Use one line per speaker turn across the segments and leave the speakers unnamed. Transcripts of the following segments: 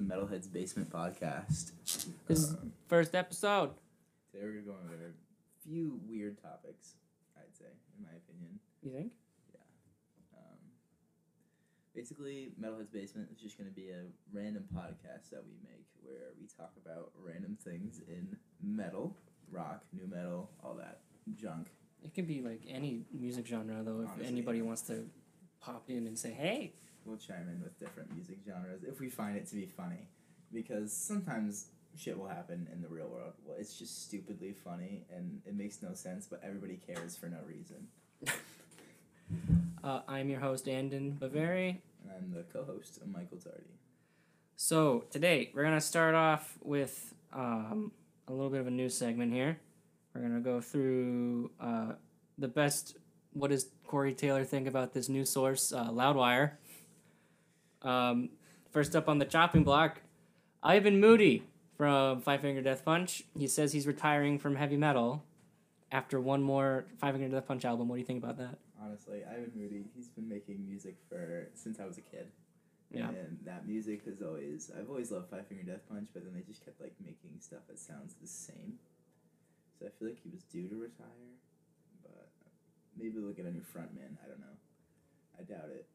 Metalhead's Basement Podcast.
This is
Uh,
first episode.
today we're going over a few weird topics, I'd say, in my opinion.
You think?
Um, basically, Metalhead's Basement is just going to be a random podcast that we make where we talk about random things in metal, rock, new metal, all that junk.
It could be like any music genre though. If
Honestly.
anybody wants to pop in and say, "Hey,
We'll chime in with different music genres if we find it to be funny, because sometimes shit will happen in the real world. Well, it's just stupidly funny and it makes no sense, but everybody cares for no reason.
uh, I'm your host Andon Bavari."
And I'm the co-host of Michael Tardy.
So today we're gonna start off with um, a little bit of a news segment here. We're gonna go through uh, the best. What does Corey Taylor think about this new source, uh, Loudwire? Um, first up on the chopping block, Ivan Moody from Five Finger Death Punch. He says he's retiring from heavy metal after one more Five Finger Death Punch album. What do you think about that?
Honestly, Ivan Moody, he's been making music for since I was a kid.
Yeah.
And that music has always I've always loved Five Finger Death Punch, but then they just kept like making stuff that sounds the same. So I feel like he was due to retire, but maybe look at a new frontman. I don't know. I doubt it.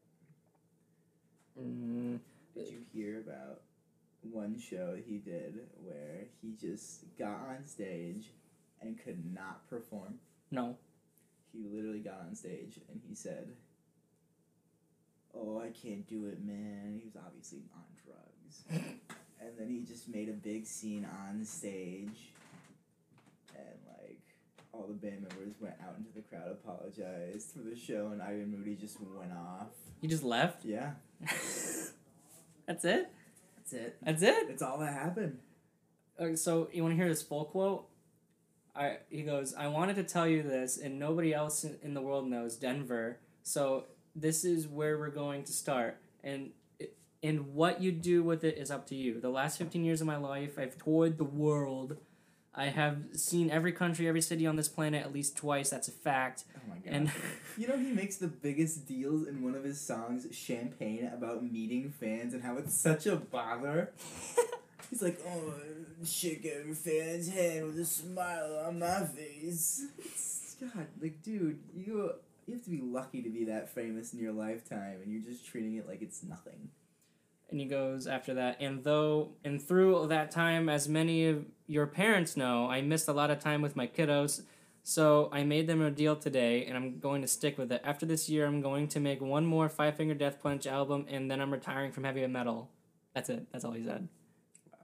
Mm,
Did you hear about one show he did where he just got on stage and could not perform?
no.
he literally got on stage and he said, "Oh, I can't do it, man." He was obviously on drugs, and then he just made a big scene on stage, and like all the band members went out into the crowd, apologized for the show, and Ivan Moody just went off.
You just left.
Yeah,
That's it.
that's it.
That's it.
That's all that happened.
Okay, so you want to hear this full quote? I he goes, I wanted to tell you this, and nobody else in, in the world knows Denver. So this is where we're going to start, and it- and what you do with it is up to you. The last fifteen years of my life, I've toured the world. I have seen every country, every city on this planet at least twice. That's a fact.
Oh my god.
And
you know he makes the biggest deals in one of his songs, Champagne, about meeting fans and how it's such a bother. He's like, oh, shake every fan's hand with a smile on my face. It's- God, like, dude, you you have to be lucky to be that famous in your lifetime, and you're just treating it like it's nothing.
And he goes after that, and though and through that time, as many of your parents know, I missed a lot of time with my kiddos. So I made them a deal today, and I'm going to stick with it. After this year, I'm going to make one more Five Finger Death Punch album, and then I'm retiring from heavy metal. That's it. That's all he said.
Wow.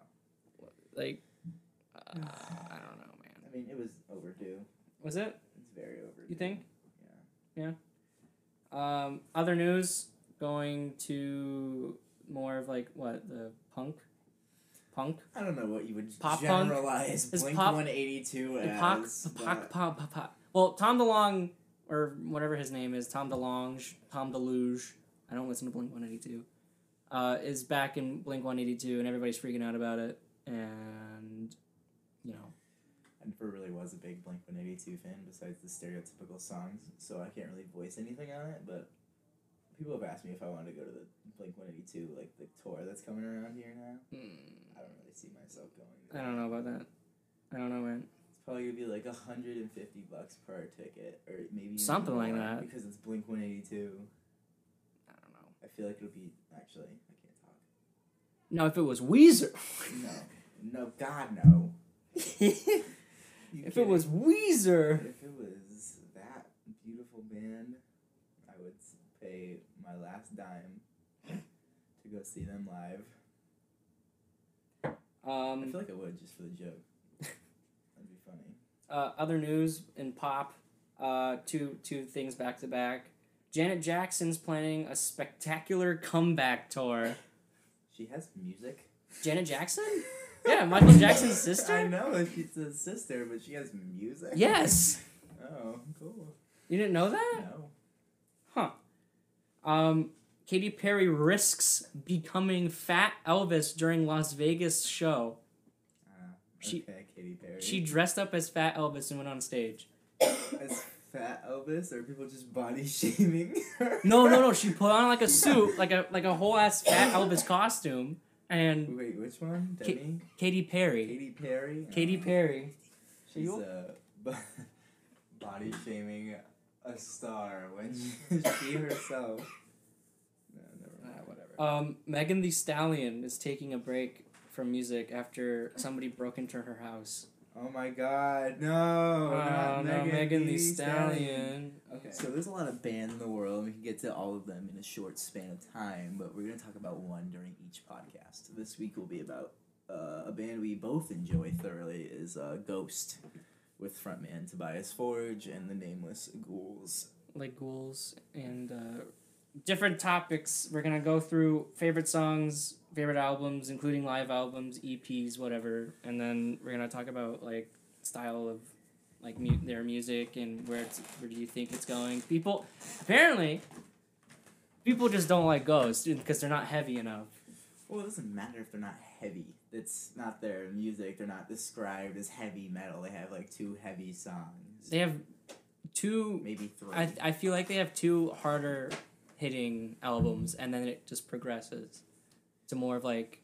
Like, uh, I don't know, man.
I mean, it was overdue.
Was it?
It's very overdue.
You think?
Yeah.
Um, other news going to more of like what the punk, punk.
I don't know what you would
Pop punk?
generalize
Is
Blink
pop-
182
The
as.
Pac, the
but-
Pac, Pac, Pac, Pac. Well, Tom DeLonge, or whatever his name is, Tom DeLonge, Tom DeLuge, I don't listen to Blink 182, uh, is back in Blink 182, and everybody's freaking out about it. And, you know,
I never really was a big Blink 182 fan besides the stereotypical songs, so I can't really voice anything on it. But people have asked me if I wanted to go to the Blink 182, like the tour that's coming around here now.
mm,
I don't really see myself going.
I
There.
don't know about that. I don't know, man.
It's probably gonna be like 150 bucks per ticket, or maybe even
Something like
more,
that.
Because it's Blink 182.
I don't know.
I feel like it'll be actually. I can't talk.
No, if it was Weezer.
No, no, God no.
if
You
it
kidding?
was Weezer.
If it was that beautiful band, I would s- pay my last dime to go see them live. I
Um,
feel like I would just for the joke. That'd be funny.
uh, other news in pop, uh, two two things back to back. Janet Jackson's planning a spectacular comeback tour.
She has music.
Janet Jackson? Yeah, Michael Jackson's sister?
I know she's a sister, but she has music.
Yes.
Oh, cool.
You didn't know that?
No.
Um, Katy Perry risks becoming Fat Elvis during Las Vegas show.
Ah,
She-
okay, Katy Perry.
She dressed up as Fat Elvis and went on stage.
as fat Elvis, or people just body shaming her?
No, no, no. She put on like a suit, like a like a whole ass Fat Elvis costume, and
Wait, which one?
Ki-
Demi?
Katy Perry.
Katy Perry?
Katy
Oh.
Perry. So
She's
you
uh, b- body shaming a star when she herself. No, never
Ah,
mind. whatever.
Um, Megan the Stallion is taking a break from music after somebody broke into her house.
Oh my god, Uh, no!
Oh,
not
no,
Megan,
Megan the
Thee
Stallion.
Okay, so there's a lot of bands in the world, and we can get to all of them in a short span of time, but we're going to talk about one during each podcast. This week will be about uh, a band we both enjoy thoroughly is uh, Ghost, with frontman Tobias Forge and the Nameless Ghouls.
Like ghouls and uh, different topics. We're gonna go through favorite songs, favorite albums, including live albums, EPs, whatever, and then we're gonna talk about like style of like mu- their music and where it's where do you think it's going. People apparently people just don't like Ghost because they're not heavy enough.
Well, it doesn't matter if they're not heavy. That's not their music. They're not described as heavy metal. They have like two heavy songs,
They have two
maybe three.
I, I feel like they have two harder hitting albums and then it just progresses to more of like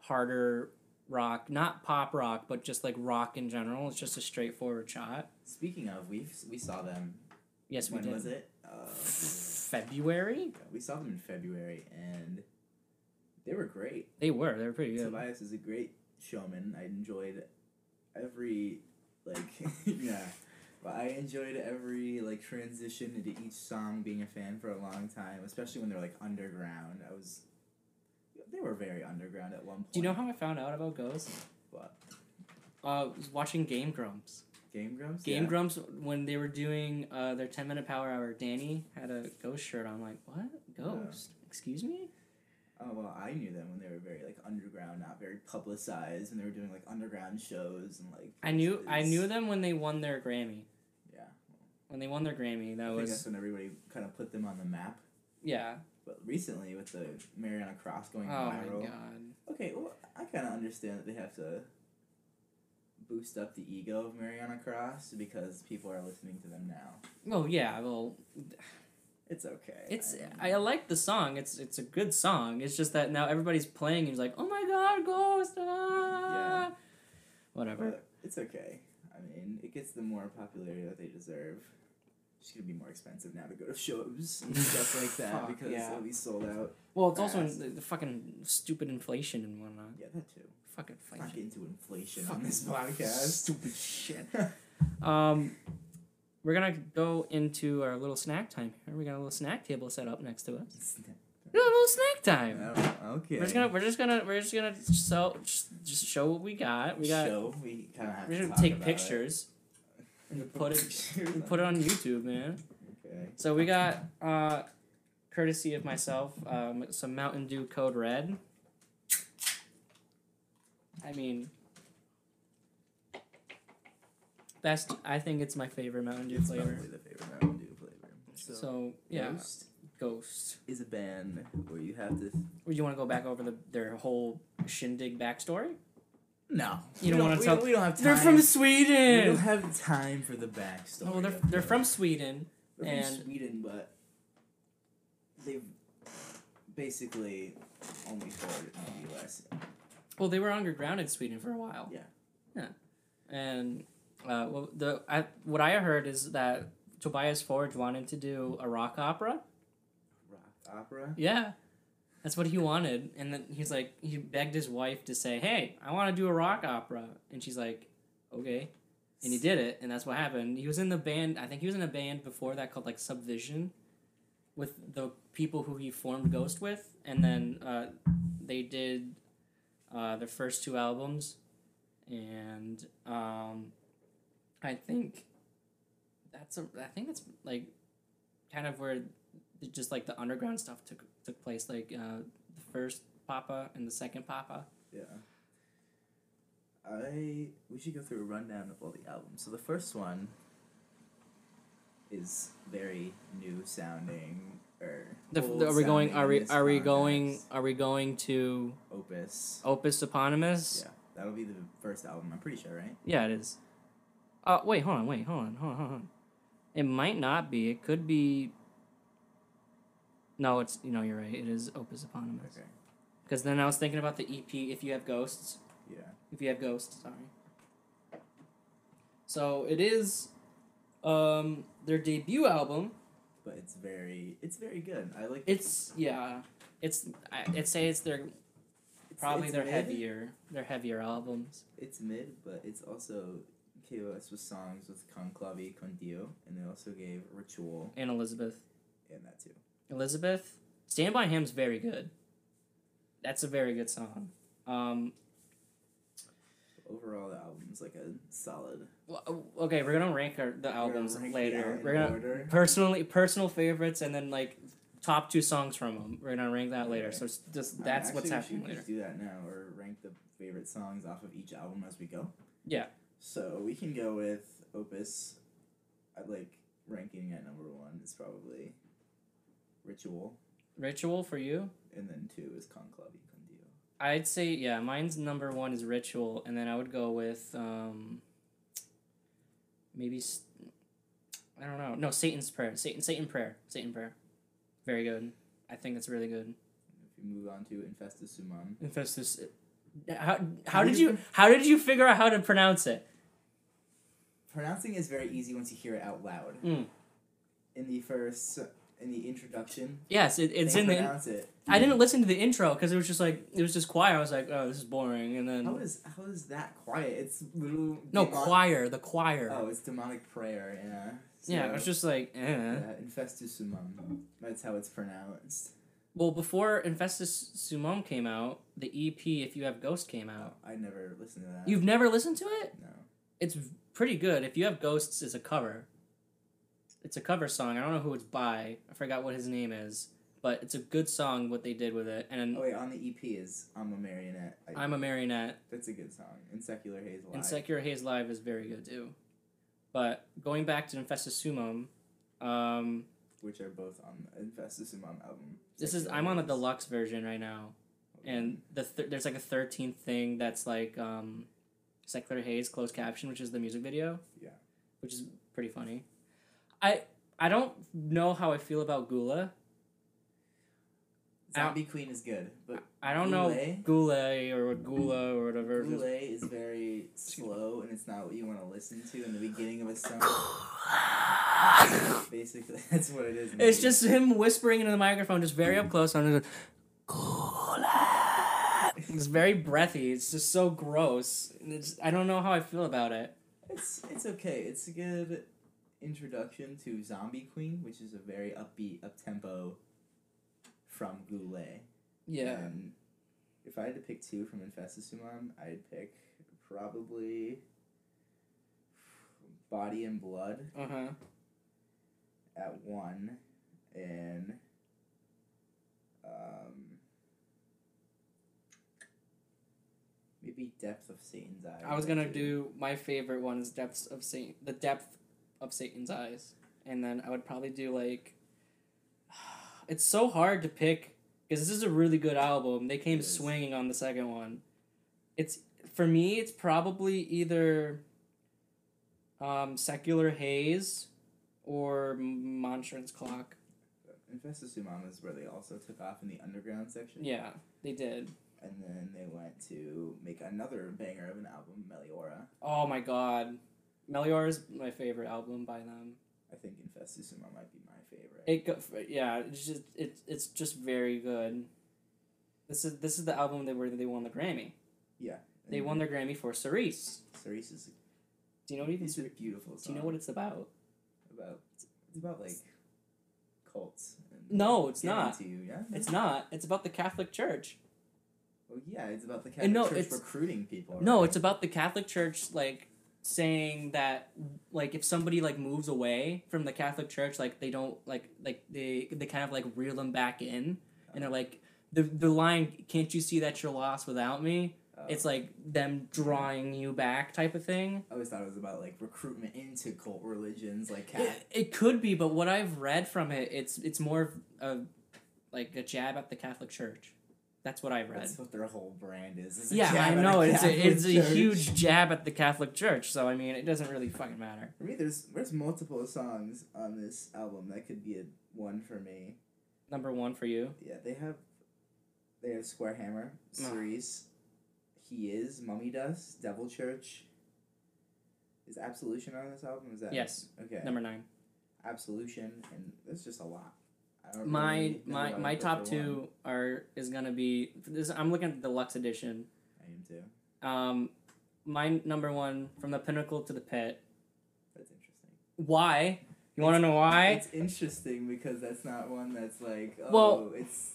harder rock not pop rock but just like rock in general it's just a straightforward shot
Speaking of, we we saw them.
yes we
when
did
was it? Uh,
february
Yeah, we saw them in February, and they were great.
they were they were pretty good
Tobias is a great showman. I enjoyed every like yeah, but I enjoyed every like transition into each song. Being a fan for a long time, especially when they're like underground, I was. They were very underground at one point.
do you know how i found out about ghost
What?
uh, I was watching Game Grumps.
Game Grumps?
Game
yeah.
Grumps, when they were doing uh, their 10 minute power hour, Danny had a ghost shirt. on. I'm like, what? Ghost? Excuse me?
Oh well, I knew them when they were very like underground, not very publicized, and they were doing like underground shows and like.
I knew I
it's-
knew them when they won their Grammy.
Yeah,
when they won their Grammy, that
I think that's
was
when everybody kind of put them on the map.
yeah.
But recently, with the Mariana Cross
Oh
going
my
viral,
god.
okay, well, I kind of understand that they have to boost up the ego of Mariana Cross because people are listening to them now.
Oh yeah. Well,
It's okay.
it's
I-
I like the song. It's it's a good song. It's just that now everybody's playing and it's like, oh my god, Ghost. Ah!
Yeah.
Whatever.
but it's okay. I mean, it gets them more popularity that they deserve. It's gonna be more expensive now to go to shows and stuff like that
Fuck,
because
yeah.
it'll be sold out.
Well, it's also in
fast.
the, the fucking stupid inflation and whatnot.
Yeah, that too.
Fucking
Let's Not
inflation.
get into inflation
Fucking
on this podcast.
Stupid shit. Um, we're gonna go into our little snack time here. We got a little snack table set up next to us. We got a little snack time.
Oh, okay.
We're just gonna we're just gonna we're just gonna so just, just show what we got. We got
Show, we kind of have
we're
to
gonna
talk
take
about
pictures
it.
and put it-
Pictures
and put it on YouTube, man.
Okay.
So we got uh courtesy of myself, um some Mountain Dew Code Red. I mean best I think it's my favorite Mountain Dew
It's
flavor.
probably the favorite Mountain Dew flavor.
So, yeah, Ghost.
Ghost is a band where you have to.
Would you want to go back over the their whole shindig backstory?
No, We
You don't wanna
we
tell-
don't- We don't have time.
They're from
We don't
Sweden.
have time for the backstory.
Oh, they're
of
they're
the-
from Sweden.
they're from
and-
Sweden, but they've basically only toured in the U.S.
Well, they were underground in Sweden for a while.
Yeah.
Yeah. And uh, well, the I, what I heard is that Tobias Forge wanted to do a rock opera.
Rock opera.
Yeah. That's what he wanted, and then he's like, he begged his wife to say, "Hey, I want to do a rock opera," and she's like, "Okay," and he did it, and that's what happened. He was in the band. I think he was in a band before that called like Subvision, with the people who he formed Ghost with, and then uh, they did uh, their first two albums, and um, I think that's a. I think that's like kind of where it just like the underground stuff took took place, like uh, the first Papa and the second Papa.
Yeah. I we should go through a rundown of all the albums. So the first one is very new sounding or
The,
old
are we going?
sounding
Are
in
we?
this
Are we going?
context.
Are we going to
Opus?
Opus Eponymous?
Yeah, that'll be the first album. I'm pretty sure, right?
Yeah, it is. Uh, wait, hold on, wait, hold on, hold on, hold on. It might not be. It could be. No, it's you know you're right. It is Opus Eponymous.
Okay.
Because then I was thinking about the EP, If You Have Ghosts.
Yeah.
If you have ghosts, sorry. So it is um their debut album.
But it's very it's very good. I like
It's yeah, it's I- I'd say it's their
it's-
probably
it's
their
mid.
heavier their heavier albums.
It's mid, but it's also KOS with songs with Con Clavi Con Dio, and they also gave Ritual
And Elizabeth,
and that too.
Elizabeth, Stand by Him's very good. That's a very good song. Um,
Overall, the album's like a solid.
well, uh, okay, we're gonna rank our, the albums
We're ranking out
later.
in
We're gonna
order.
personally personal favorites and then like top two songs from them. We're gonna rank that later.
Okay.
So it's just
I mean,
that's what's
actually, we
happening
should
later.
just Do that now, or rank the favorite songs off of each album as we go.
Yeah.
So we can go with Opus. I like ranking at number one is probably Ritual,
Ritual for you?
and then two is Con Clavi Con Dio.
I'd say yeah. Mine's number one is Ritual, and then I would go with um, maybe s- I don't know. No, Satan's Prayer. Satan, Satan Prayer. Satan Prayer. Very good. I think it's really good.
If you move on to Infestus Suman,
Infestus. How, how did you how did you figure out how to pronounce it?
pronouncing is very easy once you hear it out loud.
Mm.
In the first, in the introduction,
Yes, it, it's
they
in the.
pronounce it.
I didn't listen to the intro because it was just like it was just choir. I was like, oh, this is boring. And
How
then
is how is that quiet? It's little
no
demon-
choir, the choir.
Oh, it's demonic prayer. Yeah.
yeah, I
So-
was just like, eh.
Yeah, Infestus Sumum. That's how it's pronounced.
Well, before Infestus Sumum came out, the EP If You Have Ghost came out.
I never listened to that.
You've never listened to it?
No.
It's pretty good. If You Have Ghosts is a cover. It's a cover song. I don't know who it's by. I forgot what his name is, but it's a good song what they did with it. And
Oh wait, on the EP is I'm a Marionette. I,
I'm a Marionette
That's a good song. And Secular Haze Live.
and Secular Haze Live is very good too. But going back to Infestus Sumum, um,
which are both on the Infestus Sumum album.
this is
Secular
I'm on the
Haze.
deluxe version right now. and the th- there's like a 13th thing that's like um secular haze closed caption which is the music video
Yeah.
which is pretty funny i i don't know how i feel about gula
Zombie Queen is good, but
i don't know
Goulet?
goulet or what gula or whatever it is.
Goulet is very slow and it's not what you want to listen to in the beginning of a song. Basically, that's what it is. in the
it's just him whispering into the microphone just very up close on it's very breathy it's just so gross And it's, i don't know how i feel about it
It's it's okay. It's a good introduction to Zombie Queen, which is a very upbeat, up tempo from Goulet. And if I had to pick two from Infestus Sumam, I'd pick probably Body and Blood
uh-huh
at one, and um, maybe Depth of Satan's Eye.
I was
or
gonna
two.
do my favorite one is depths of Satan, the depth of Satan's eyes, and then I would probably do like. It's so hard to pick because this is a really good album. They came
It is.
swinging on the second one. It's for me. It's probably either. Um, secular haze, or monstrance clock.
Infestus Sumam is where they also took off in the underground section.
Yeah, they did.
And then they went to make another banger of an album, Meliora.
Oh my god, Melior is my favorite album by them.
I think Infestus Summa might be my favorite.
It go, yeah, it's just it, it's just very good. This is this is the album that where they won the Grammy. They won their Grammy for Cerise.
Cerise is
Do you know what even
it's a
Cerise,
beautiful song.
Do you know what it's about?
about? It's about like cults. And
No, it's
getting
not.
To you, yeah?
It's not. It's about the Catholic Church.
Well, yeah, it's about the Catholic
And no,
Church
it's-
recruiting people.
No,
right?
it's about the Catholic Church like saying that like if somebody like moves away from the Catholic Church, like they don't like like they they kind of like reel them back in, and they're like the the line, "Can't you see that you're lost without me?"
Oh.
It's like them drawing you back type of thing.
I always thought it was about like recruitment into cult religions, like
It,
cat.
it could be, but what I've read from it, it's it's more of a, like a jab at the Catholic Church. That's what I've read.
That's what their whole brand is. is a
Yeah, I
jab at
know
a
it's a,
Catholic
it's a
Church.
huge jab at the Catholic Church. So I mean, it doesn't really fucking matter.
For me, there's there's multiple songs on this album that could be a one for me.
Number one for you.
Yeah, they have They have Square Hammer,
No.
Cerise, He Is, Mummy Dust, Devil Church. Is Absolution on this album? Is that
Yes,
Okay.
number nine.
Absolution, and that's just a lot. I don't
My
really know
my
what I'd
my
put
top
for one.
two are is gonna be this. I'm looking at the deluxe edition.
I am too.
Um, my number one from the pinnacle to the pit.
That's interesting.
Why? You want to know why?
It's interesting because that's not one that's like. Oh,
Well,
it's.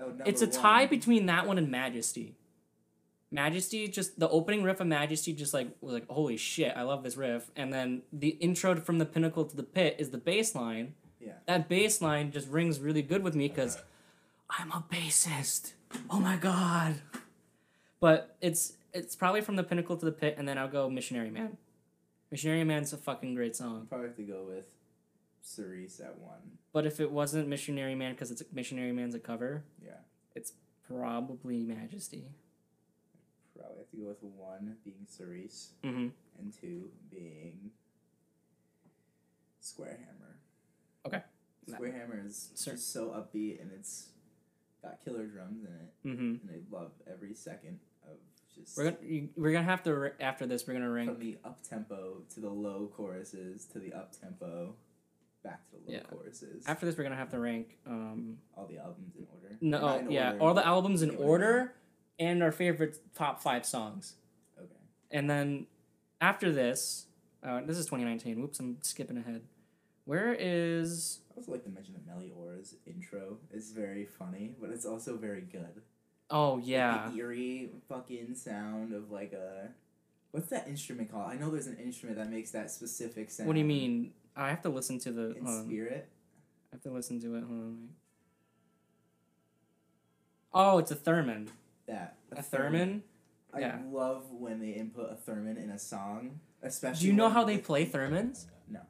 Oh,
It's,
number
a tie
one.
between that one and Majesty. Majesty just the opening riff of Majesty just like was like holy shit I love this riff and then the intro from the pinnacle to the pit is the bass line.
Yeah.
That bass line just rings really good with me because I'm a bassist. Oh my god. But it's it's probably from the pinnacle to the pit and then I'll go Missionary Man. Missionary Man's a fucking great song.
I'd probably have to go with Cerise at one.
But if it wasn't Missionary Man, because it's Missionary Man's a cover,
Yeah.
it's probably Majesty.
Probably have to go with one being Cerise
hmm
and two being Square Hammer.
Okay.
Square Hammer is
Cer-
just so upbeat and it's got killer drums in it,
hmm
and I love every second of just
We're gonna you- we're gonna have to ri- after this we're gonna
from
ring.
the up tempo to the low choruses to the up tempo, back to the low
Yeah.
choruses.
After this we're gonna have to rank. Um,
all the albums in order.
no,
Not in
yeah,
order,
all the
but-
albums in
Yeah, whatever.
order, and our favorite top five songs.
Okay.
And then after this, uh, this is 2019. Whoops, I'm skipping ahead. Where is
I also like to mention that Melly Orr's intro is very funny, but it's also very good.
oh
Like,
yeah
The eerie fucking sound of like a. What's that instrument called? I know there's an instrument that makes that specific sound.
what do you mean uh, I have to listen to the
In
hold on.
spirit?
I have to listen to it. Hold on. Wait. Oh, it's a theremin.
That.
A theremin.
I
Yeah.
love when they input a theremin in a song, especially.
Do you know
when-
how they play theremins?
No.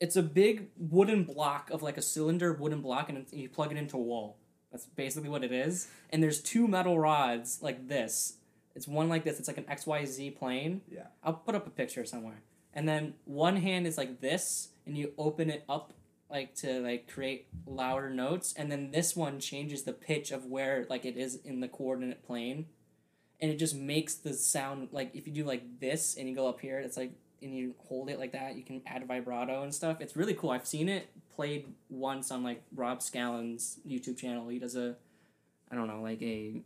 It's a big wooden block of like a cylinder wooden block, and it's- you plug it into a wall. That's basically what it is. And there's two metal rods like this. It's one like this. It's like an X Y Z plane.
Yeah.
I'll put up a picture somewhere. And then one hand is like this, and you open it up like to like create louder notes. And then this one changes the pitch of where like it is in the coordinate plane, and it just makes the sound like if you do like this and you go up here, it's like and you hold it like that, you can add vibrato and stuff. It's really cool. I've seen it played once on like Rob Scallon's YouTube channel. He does a, I don't know, like a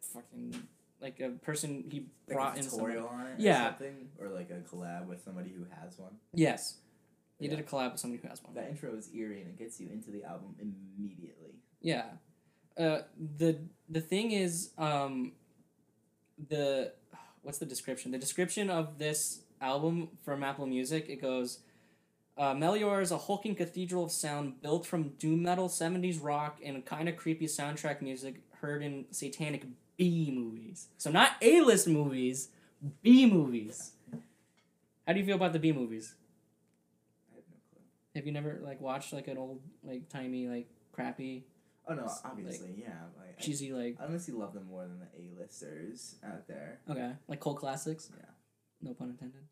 fucking like a person he
Like
brought
a
in someone-
tutorial on it
Yeah.
or something? Or like a collab with somebody who has one?
Yes. He
Yeah.
did a collab with somebody who has one.
That intro is eerie and it gets you into the album immediately.
Yeah. Uh, the the thing is, um, the what's the description? The description of this album from Apple Music it goes, uh, Melior is a hulking cathedral of sound built from doom metal, seventies rock, and kind of creepy soundtrack music heard in satanic B movies. So not A list movies, B movies. How do you feel about the B movies?
I have no clue.
Have you never like watched like an old like timey like crappy
Oh no,
It's, like,
obviously, yeah. Like, I-
cheesy like
I honestly love them more than the A-listers out there.
Okay, like cult classics.
Yeah.
No pun intended.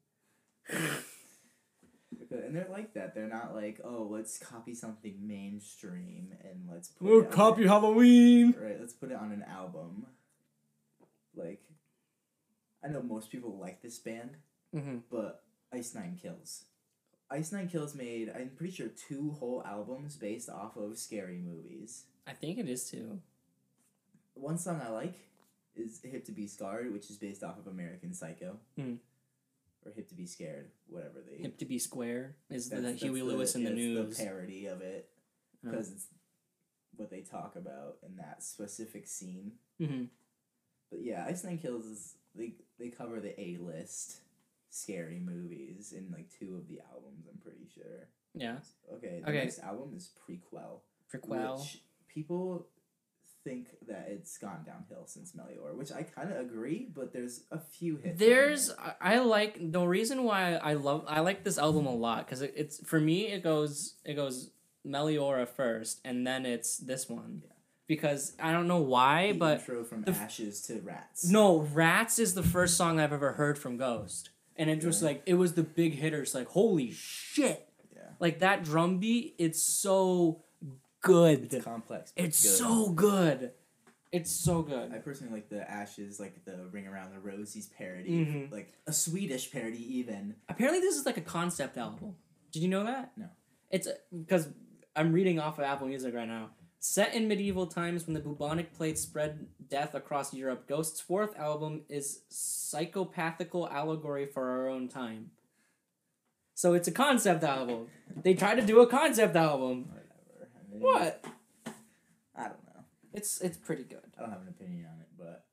Because- And they're like that. They're not like, oh, let's copy something mainstream and let's put it on
Halloween.
an- right, let's put it on an album. Like I know most people like this band,
Mm-hmm.
but Ice Nine Kills. Ice Nine Kills made I'm pretty sure two whole albums based off of scary movies.
I think it is too.
one song I like is "Hip to Be Scarred," which is based off of American Psycho,
Hmm.
or "Hip to Be Scared," whatever they.
Hip to be square is the
that's- that's
Huey Lewis in the
it's
news.
The parody of it
Oh.
because it's what they talk about in that specific scene.
hmm
But yeah, Ice Nine Kills is they they cover the A list scary movies in like two of the albums. I'm pretty sure.
Yeah.
Okay. The
Okay.
next album is prequel.
Prequel.
Which people think that it's gone downhill since Melior, which I kind of agree, but there's a few hits. on
There's
there.
I- I like the reason why I love I like this album a lot because it, it's for me it goes it goes Meliora first and then it's this one
Yeah.
because I don't know why
the
but
intro from
the f-
ashes to rats.
No, Rats is the first song I've ever heard from Ghost. And it was
Yeah.
like it was the big hitters like holy shit.
Yeah.
Like that drum beat, it's so good.
It's complex. but
It's
good.
so good. It's so
I
good.
personally like the Ashes, like the Ring Around the Rosies parody,
Mhm.
like a Swedish parody even.
Apparently, this is like a concept album. Did you know that?
No.
It's because I'm reading off of Apple Music right now. Set in medieval times when the bubonic plague spread death across Europe, Ghost's fourth album is psychopathical allegory for our own time. So it's a concept album. They tried to do a concept album.
Whatever. I mean,
What?
I don't know.
It's it's pretty good.
I don't have an opinion on it, but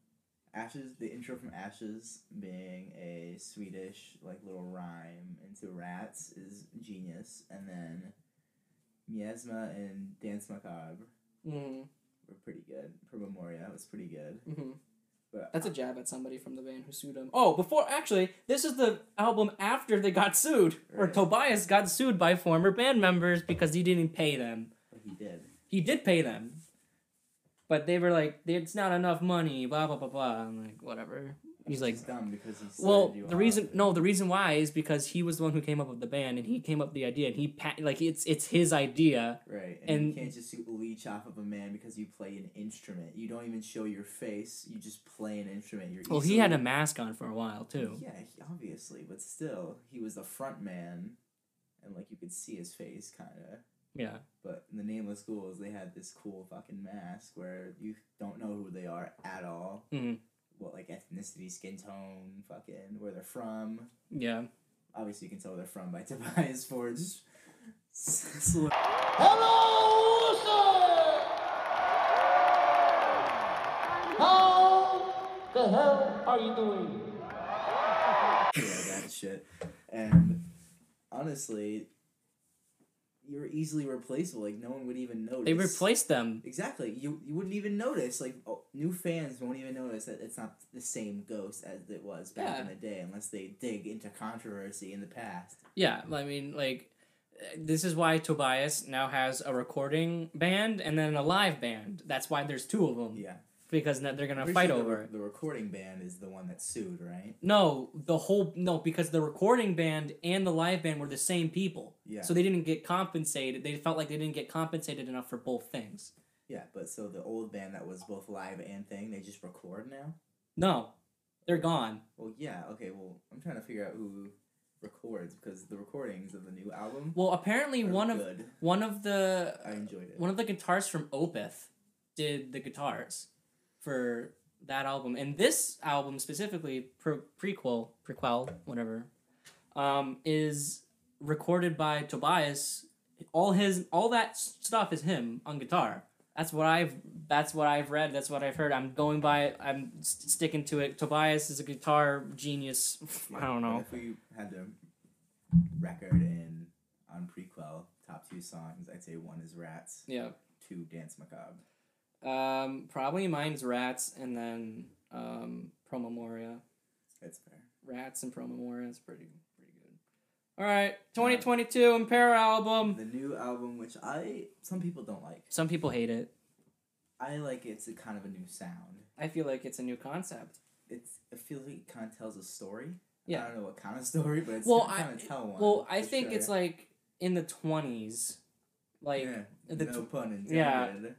Ashes, the intro from Ashes being a Swedish like little rhyme into rats is genius, and then Miasma and Dance Macabre
hmm
were pretty good. Per Memoria was pretty good,
hmm
but
That's a jab at somebody from the band who sued him. Oh, before actually, this is the album after they got sued, where
Right.
Tobias got sued by former band members because he didn't pay them.
but he did.
He did pay them, but they were like, "It's not enough money." Blah blah blah blah. I'm like, whatever. He's like,
It's dumb because he. started
well,
you
the
off.
reason no, the reason why is because he was the one who came up with the band and he came up with the idea and he pa- like it's it's his idea.
Right, and,
and-
you can't just leech off of a man because you play an instrument. You don't even show your face. You just play an instrument. You're
Well, he had
easily-
a mask on for a while too.
Yeah, he- obviously, but still, he was the front man, and like you could see his face, kind of.
Yeah,
But in the Nameless Ghouls, they had this cool fucking mask where you don't know who they are at all.
Mhm.
What like ethnicity, skin tone, fucking where they're from.
yeah.
Obviously, you can tell where they're from by Tobias Ford's. Hello, sir. How the hell are you doing? Yeah, that shit. And honestly, you were easily replaceable. Like no one would even notice.
They replaced them.
Exactly. You you wouldn't even notice. Like oh, new fans won't even notice that it's not the same ghost as it was back in
Yeah.
the day, unless they dig into controversy in the past.
Yeah, I mean, like, this is why Tobias now has a recording band and then a live band. That's why there's two of them
Yeah.
because now they're gonna
Pretty
fight
sure the
over
re-
it.
the recording band is the one that sued, right?
No, the whole no because the recording band and the live band were the same people.
Yeah.
So they didn't get compensated. They felt like they didn't get compensated enough for both things.
Yeah, but so the old band that was both live and thing, they just record now.
No, they're gone.
Well, yeah. Okay. Well, I'm trying to figure out who records because the recordings of the new album.
Well, apparently
are
one of
good.
one of the
I enjoyed it.
one of the guitarists from Opeth did the guitars for that album, and this album specifically, pre- prequel, prequel, whatever, um, is recorded by Tobias. All his, all that s- stuff is him on guitar. That's what I've, that's what I've read. That's what I've heard. I'm going by. it, I'm st- sticking to it. Tobias is a guitar genius. I don't
But
know.
If we had to record in on prequel top two songs, I'd say one is Rats,
Yeah.
two Dance Macabre.
Um, probably mine's Rats, and then um, Pro Memoria.
That's fair.
Rats and Pro Memoria is pretty pretty good. All right, 2022 Impera album.
The new album, which I some people don't like,
Some people hate it.
I like it's a kind of a new sound.
I feel like it's a new concept.
It's it feels like it kind of tells a story.
Yeah.
I don't know what kind of story, but it's
Well,
well, kind
I-
of tell one.
Well, I
for
think
sure.
it's like in the 20s. Like yeah.
yeah,
the
no pun intended.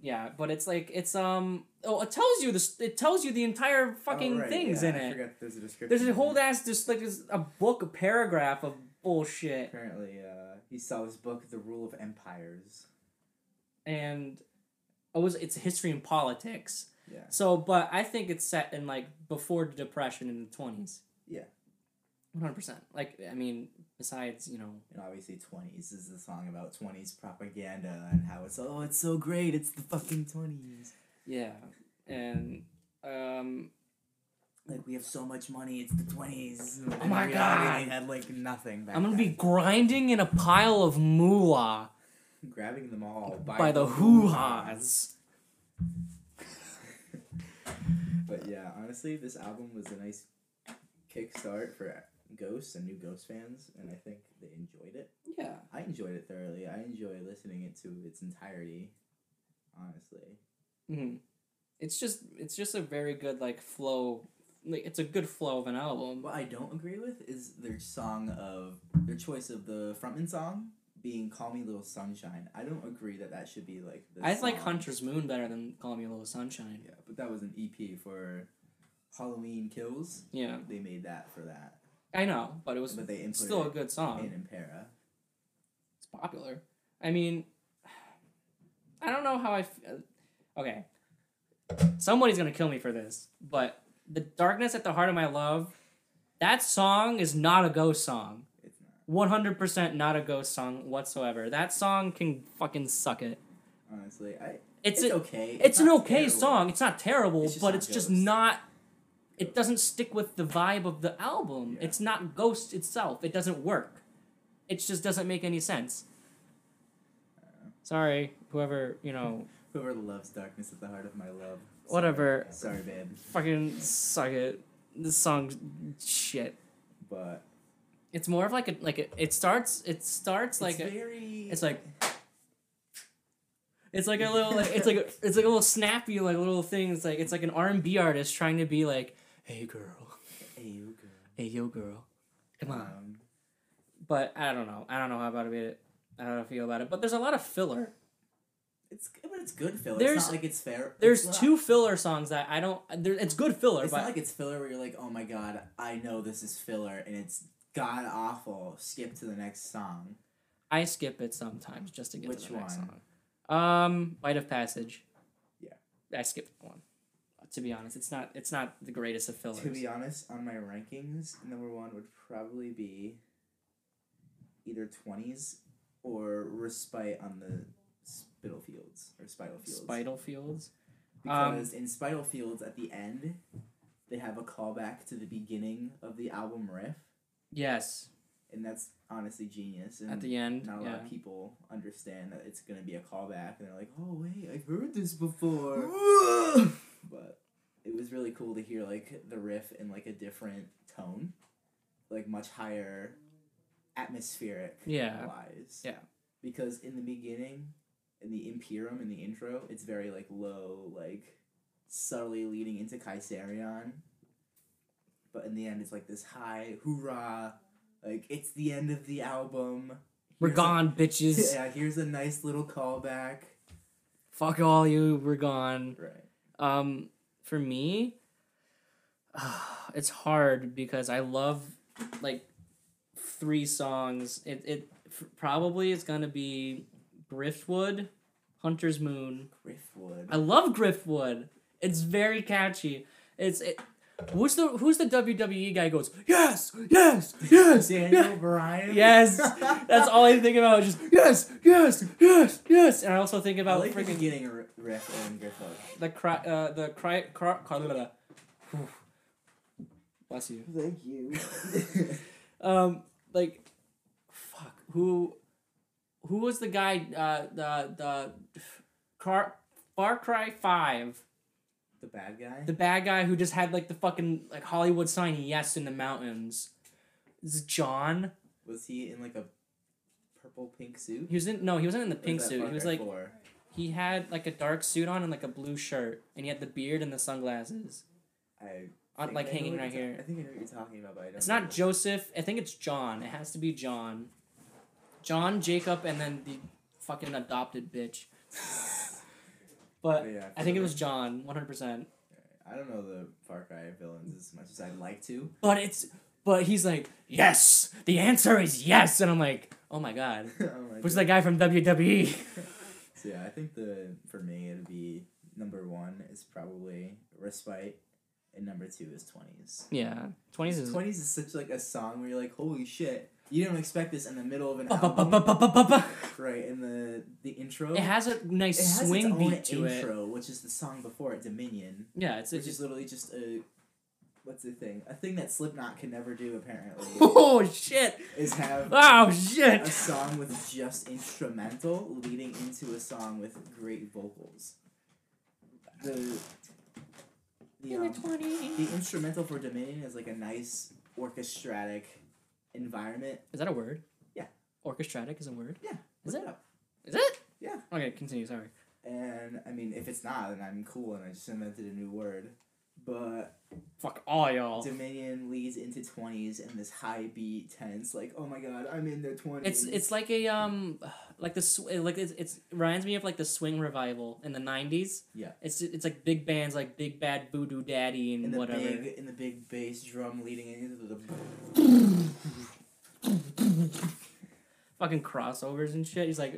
yeah. but it's like it's um oh, it tells you this it tells you the entire fucking
Oh, right,
things
yeah,
in
I
it.
forgot there's a description.
There's a whole
in it.
ass just like there's a book a paragraph of bullshit.
Apparently, uh, he saw his book, The Rule of Empires.
and it was it's history and politics.
Yeah.
So, but I think it's set in like before the depression in the twenties.
Yeah.
one hundred percent. Like I mean, besides you know,
And obviously, 20s is the song about 20s propaganda and how it's, oh, it's so great, it's the fucking 20s.
yeah, and um,
Like, we have so much money, it's the 20s. Oh
my God.
They had, like, nothing back
I'm gonna be
then.
grinding in a pile of moolah
grabbing them all by,
by the hoo ha's.
But yeah, honestly, this album was a nice kickstart for Ghosts and new Ghost fans, and I think they enjoyed it.
Yeah,
I enjoyed it thoroughly. I enjoy listening it to its entirety, honestly.
hmm it's just it's just a very good like flow. Like it's a good flow of an album.
What I don't agree with is their song of their choice of the frontman song, being "Call Me Little Sunshine." I don't agree that that should be like. The
I like
song.
Hunter's Moon better than Call Me a Little Sunshine.
Yeah, but that was an EP for Halloween Kills.
Yeah,
They made that for that,
I know, but it was
but they input
still a
it
good song.
in Impera.
It's popular. I mean, I don't know how I. F- okay, somebody's gonna kill me for this, but the darkness at the heart of my love. That song is not a ghost song.
It's not
100% not a ghost song whatsoever. That song can fucking suck it.
honestly. I
It's,
it's,
a,
okay.
it's, an
not
okay
terrible.
song. It's not terrible,
It's just
but
not
it's just
Ghost.
not. It doesn't stick with the vibe of the album.
Yeah.
It's not Ghost itself. It doesn't work. It just doesn't make any sense. Sorry, whoever you know,
Whoever loves darkness at the heart of my love. Sorry.
Whatever.
Sorry, babe.
fucking suck it. This song's shit.
But
It's more of like a like a, it starts it starts
it's
like a,
very.
it's like It's like a little, like, it's like a, it's like a little snappy, like little thing. It's like it's like an R and B artist trying to be like, "Hey girl,
Hey, you girl.
hey yo girl, come on."
Um,
But I don't know. I don't know how about it. I don't know how I feel about it. But there's a lot of filler.
it's but it's good filler. it's
There's-
not like it's fair.
There's
it's not-
two filler songs that I don't. There, it's good filler,
It's
but
not like it's filler where you're like, oh my god, I know this is filler and it's god awful. Skip to the next song.
I skip it sometimes just to get
Which
to the next
one?
song. Um, Rite of Passage.
Yeah.
I skipped that one. To be honest, it's not it's not the greatest of fillers.
To be honest, on my rankings, number one would probably be either twenties or respite on the Spitalfields or Spitalfields.
Spital Fields. Um,
because in Spitalfields at the end, they have a callback to the beginning of the album riff,
Yes,
and that's honestly genius. And
at the end.
not a
yeah.
lot of people understand that it's gonna be a callback, and they're like, "Oh wait, I've heard this before." but it was really cool to hear like the riff in like a different tone, like much higher atmospheric
Yeah.
wise.
Yeah.
Because in the beginning, in the Imperium, in the intro, it's very like low, like subtly leading into Kaiserion. But in the end, it's like this high hoorah, like it's the end of the album.
We're
Here's a-
gone, bitches.
yeah, here's a nice little callback.
Fuck all you. We're gone.
Right.
Um, for me, it's hard because I love like three songs. It it f- probably is gonna be Griftwood, Hunter's Moon.
Griffwood.
I love Griftwood. It's very catchy. It's it. Who's the Who's the WWE guy? who Goes yes, yes, yes,
Daniel
yeah."
Bryan.
Yes, that's all I think about. Just yes, yes, yes, yes, and I also think
I
about
like the
freaking
beginning r- riff in Griffwood.
the cry, uh, the cry, cry, cry blah, blah, blah. Whew. Bless you.
Thank you.
Um, like, fuck. Who, who was the guy? Uh, the the, car, Far Cry Five.
the bad guy.
The bad guy who just had like the fucking like Hollywood sign "Yes" in the mountains. Is it John?
Was he in like a purple pink suit?
He was in no, he wasn't in the
Or
pink
was that
suit.
Far
He was
Cry
like
4?
he had like a dark suit on and like a blue shirt, and he had the beard and the sunglasses,
I
on,
think I
like
know
hanging
what
right
you're ta-
here.
I think I know what you're talking about, but I don't.
It's
know.
not Joseph. I think it's John. It has to be John. John, Jacob, and then the fucking adopted bitch.
But
But
yeah,
I think it was John, 100%.
I don't know the Far Cry villains as much as I'd like to.
But it's, but he's like, yes, the answer is yes. And I'm like, oh my God.
oh my
Who's that
God.
guy from E. WWE?
So yeah, I think the for me it'd be number one is probably Respite, and number two is Twenties.
yeah, 20s is.
Twenties is such like a song where you're like, holy shit, you didn't expect this in the middle of an
Ba- ba- ba-
album,
ba- ba- ba- ba.
right? In the the intro,
It has a nice
It has its
swing
own
beat to it.
intro, which is the song before it, Dominion.
Yeah, it's,
which
it's
is
just.
literally just a what's the thing? A thing that Slipknot can never do apparently
Oh shit!
is have
Oh
a
shit!
song with just instrumental leading into a song with great vocals. The the,
In the
um,
20s.
the instrumental for Dominion is like a nice orchestratic environment.
Is that a word?
Yeah.
Orchestratic is a word?
Yeah.
Is
Look
it?
up.
Is it?
Yeah.
Okay, continue, sorry.
And I mean, if it's not, then I'm cool and I just invented a new word. but
Fuck all y'all.
Dominion leads into 20s and this high beat tense, like, oh my god, I'm in their 20s.
It's it's like a um like the sw- like it's, it's it reminds me of like the swing revival in the nineties.
Yeah.
It's it's like big bands like Big Bad Voodoo Daddy and,
in the
whatever.
big in the big bass drum leading into the
Fucking crossovers and shit. He's like,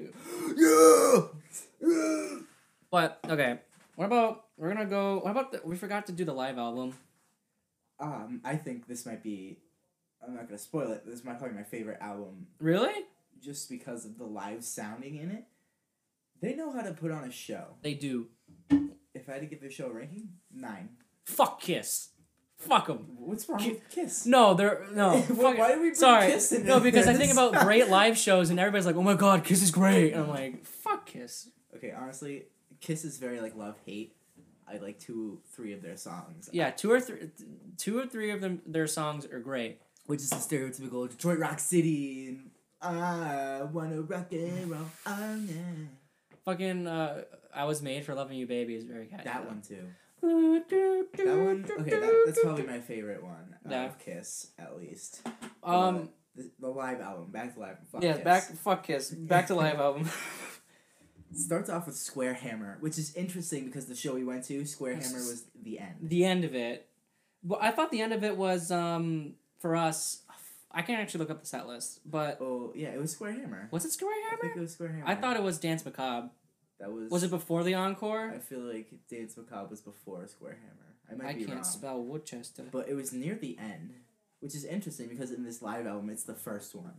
yeah! yeah!
but okay. What about we're gonna go? What about the, we forgot to do the live album?
Um, I think this might be. I'm not gonna spoil it. This might probably my favorite album,
Really?
just because of the live sounding in it. They know how to put on a show.
They do.
If I had to give the show a ranking, nine.
Fuck Kiss. Fuck them.
What's wrong with Kiss?
No, they're no.
Why-
fuck
why
it.
did we bring
Sorry,
Kiss into
no, because I
this?
think about great live shows and everybody's like, "Oh my god, Kiss is great," and I'm like, "Fuck Kiss."
Okay, honestly, Kiss is very like love hate. I like two, three of their songs.
Yeah, two or three, two or three of them, their songs are great.
which is the stereotypical Detroit rock city. And I wanna rock and roll. Oh, yeah.
Fucking, uh, I was made for loving you, baby is very catchy.
That one too.
one.
That one. Okay, that, that's probably my favorite one out
Yeah.
of Kiss, at least.
Um.
But the, the live album, back to live. Fuck
Yeah.
Kiss.
Back. Fuck Kiss. Back to live album.
Starts off with Square Hammer, which is interesting because the show we went to, Square
Yes.
Hammer was the end.
the end of it. Well, I thought the end of it was um for us. I can't actually look up the set list, but
Oh yeah, it was Square Hammer.
was it Square
I think
Hammer?
it was Square Hammer.
I thought it was Dance Macabre.
that was.
Was it before the encore?
I feel like Dance Macabre was before Square Hammer. I might
I
be
can't
wrong.
spell Worcester.
but it was near the end, which is interesting because in this live album, it's the first one.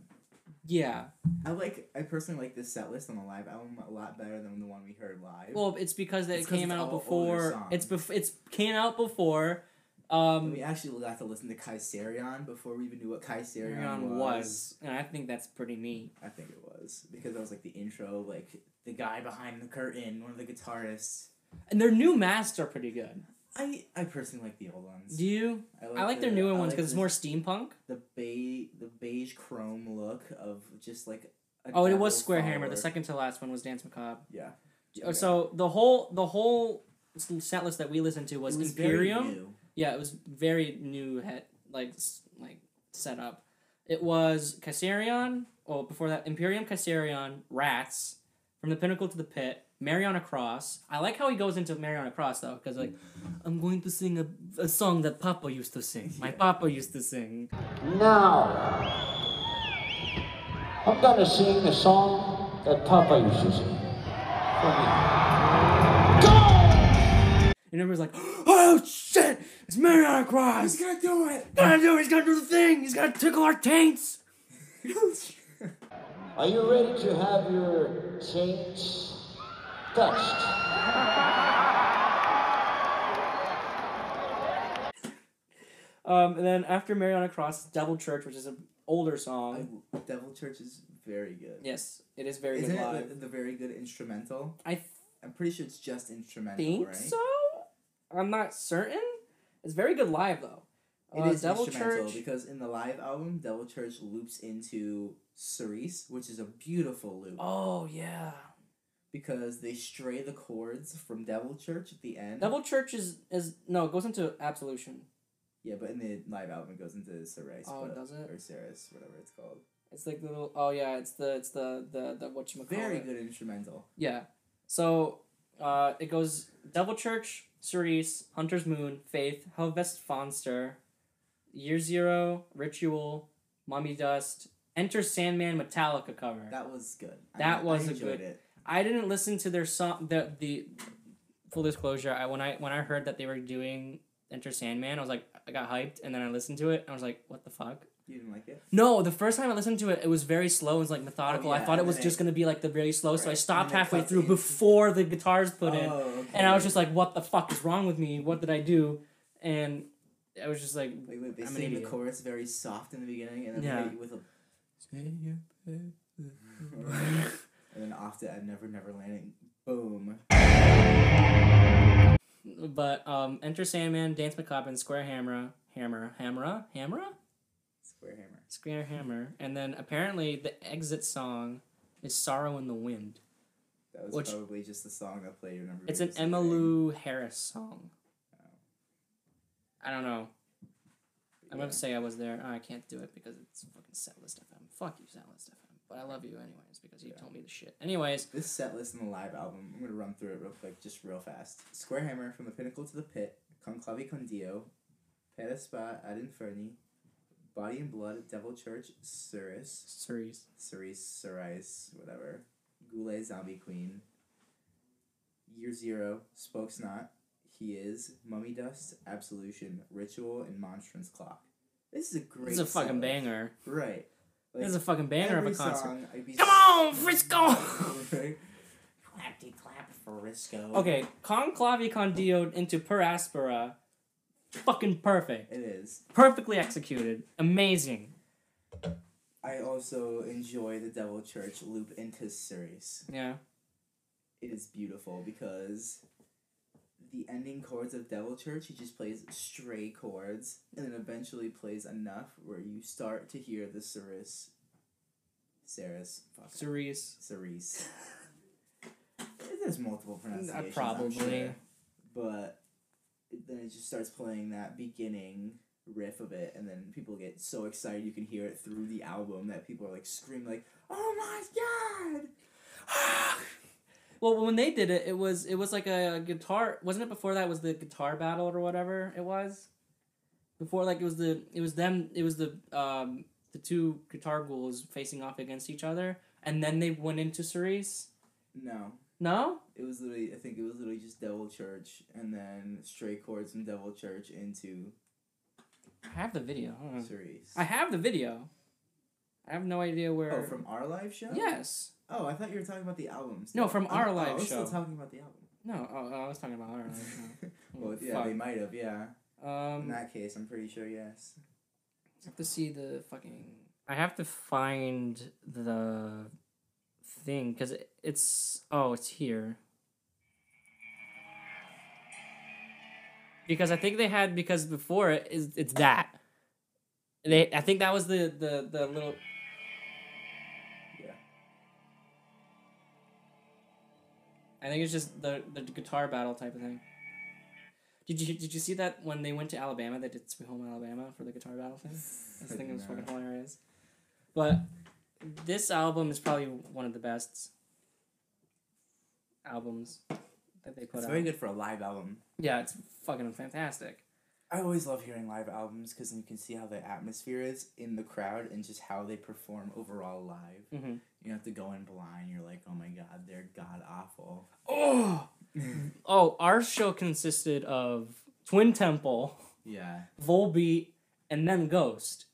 Yeah.
I like. I personally like this set list on the live album a lot better than the one we heard live.
Well, it's because that
It's
it
'cause
came
it's
out
all older
before.
songs.
It's bef- it's came out before.
And we
Um,
actually got to listen to Kaiserion before we even knew what Kaiserion
Arion
was.
was, and I think that's pretty neat.
I think it was because that was like the intro, like the guy behind the curtain, one of the guitarists.
And their new masks are pretty good.
I I personally like the old ones.
Do you? I like their
the-
newer
I
ones
like
because it's
the-
more steampunk.
the beige the beige chrome look of just like. A
Oh, and it was
devil
Square Hammer. The
follower.
second to last one was Dance Macabre.
Yeah.
Oh, So the whole the whole set list that we listened to was,
It very
Imperium.
new.
Yeah, it was very new head like s- like set up. It was Kassarion, well before that Imperium Kassarion, Rats, From the Pinnacle to the Pit, Mariana Cross. I like how he goes into Mariana Cross though, because like I'm going to sing a, a song that Papa used to sing. My Papa used to sing.
Now, I'm gonna sing the song that Papa used to sing for me.
And everyone's like, Oh shit! It's Mariana Cross!
He's gonna do it.
gonna do it, he's gonna do the thing, he's gonna tickle our taints!
Are you ready to have your saints touched?
Um, and then after Mariana Cross, Devil Church, which is an older song.
I- Devil Church is very good.
Yes, it is Um, very
Isn't
good
it
live.
the, the very good instrumental?
I
I'm pretty sure it's just instrumental,
think
right?
so. I'm not certain. It's very good live though.
It is
uh, Devil
instrumental
Church.
because in the live album, Devil Church loops into Cerise, which is a beautiful loop
Oh yeah,
because they stray the chords from Devil Church at the end.
Devil Church is is no it goes into Absolution.
yeah, but in the live album, it goes into Cerise.
Oh,
but-
does it?
Or Cerise, whatever it's called.
It's like the little oh yeah it's the it's the the the what you
Very good instrumental.
Yeah. So uh, it goes Devil Church, Cerise, Hunter's Moon, Faith, Helvest Fonster, Year Zero, Ritual, Mummy Dust, Enter Sandman Metallica cover.
That was good. I-
That was
I
a
enjoyed
good-
It.
I didn't listen to their song. The the full disclosure. I when I when I heard that they were doing Enter Sandman, I was like, I got hyped, and then I listened to it, and I was like, what the fuck?
You didn't like it?
No, the first time I listened to it, it was very slow. It was like methodical.
Oh,
I
yeah,
thought it
and
was
then
just
it-
gonna be like the very slow, so
Right,
I
and
stopped
then it
halfway
cuts
through
in.
before the guitars put in,
oh, okay.
and I was just like, what the fuck is wrong with me? What did I do? And I was just like,
Like, they- they
I'm an
sing the
idiot.
chorus very soft in the beginning, and then they
Yeah.
hit you with a and then off to I've Never Never Landing. Boom.
but um, Enter Sandman, Dance Macabre, and Square Hammer, Hammer, Hammer, Hammer.
Square Hammer.
Square Hammer, and then apparently the exit song is "Sorrow in the Wind."
That was
Which-
probably just the song I played. Remember?
It's an Emma Lou Harris song. I don't know. I'm gonna say I was there. Oh, I can't do it because it's fucking setlist FM. Fuck you, setlist FM. But I love you anyways because you
Yeah.
told me the shit. Anyways,
This set list and the live album, I'm gonna run through it real quick, just real fast. Square Hammer, From the Pinnacle to the Pit, Conclavi con Dio, Pedespa ad Inferni, Body and Blood, Devil Church, Cirrus,
series.
Cerise, Cerise, whatever. Goulet, Zombie Queen. Year Zero, Spokes Not, He Is, Mummy Dust, Absolution, Ritual, and Monstrance Clock. This is a great.
This is a fucking
set list.
banger.
Right. Like,
This is a fucking banger of
every
a concert.
song, I'd be
Come on, Frisco!
Right? Clappy clap for Frisco.
Okay, conclavi con dio into per aspera. Fucking perfect.
It is.
Perfectly executed. Amazing.
I also enjoy the Devil Church loop into Cerise.
Yeah.
it is beautiful because the ending chords of Devil Church, he just plays stray chords and then eventually plays enough where you start to hear the Cerise. Cerise. Fuck.
Cerise.
Cerise. There's multiple pronunciations.
probably.
I'm sure. But it- then it just starts playing that beginning riff of it, and then people get so excited you can hear it through the album that people are like screaming, like, oh my god!
Well, when they did it, it was it was like a guitar. Wasn't it before that was the guitar battle or whatever it was? Before like it was the it was them it was the um the two guitar ghouls facing off against each other, and then they went into Cerise.
No.
No,
It was literally, I think it was literally just Devil Church and then Stray Chords from Devil Church into
I have the video. I, don't know.
Cerise.
Hmm. I have the video. I have no idea where.
oh, from our live show?
yes.
Oh, I thought you were talking about the albums.
No, from our
oh,
live
I was still
show.
talking about the album.
No. Oh, oh, I was talking about her.
well, yeah, they might have, yeah. In
Um, I
that case, I'm pretty sure, yes.
have to see the fucking. I have to find the thing because it's oh it's here. Because I think they had because before it is it's that. They I think that was the the the little
Yeah.
I think it's just the the guitar battle type of thing. Did you did you see that when they went to Alabama, they did Sweet Home Alabama for the guitar battle thing? I was thinking it was fucking hilarious. But this album is probably one of the best albums that they put
It's
out.
very good for a live album.
Yeah, it's fucking fantastic.
I always love hearing live albums because you can see how the atmosphere is in the crowd and just how they perform overall live.
hmm
You don't have to go in blind. You're like, oh my god, they're god awful.
Oh, oh, our show consisted of Twin Temple,
Yeah,
Volbeat, and then Ghost.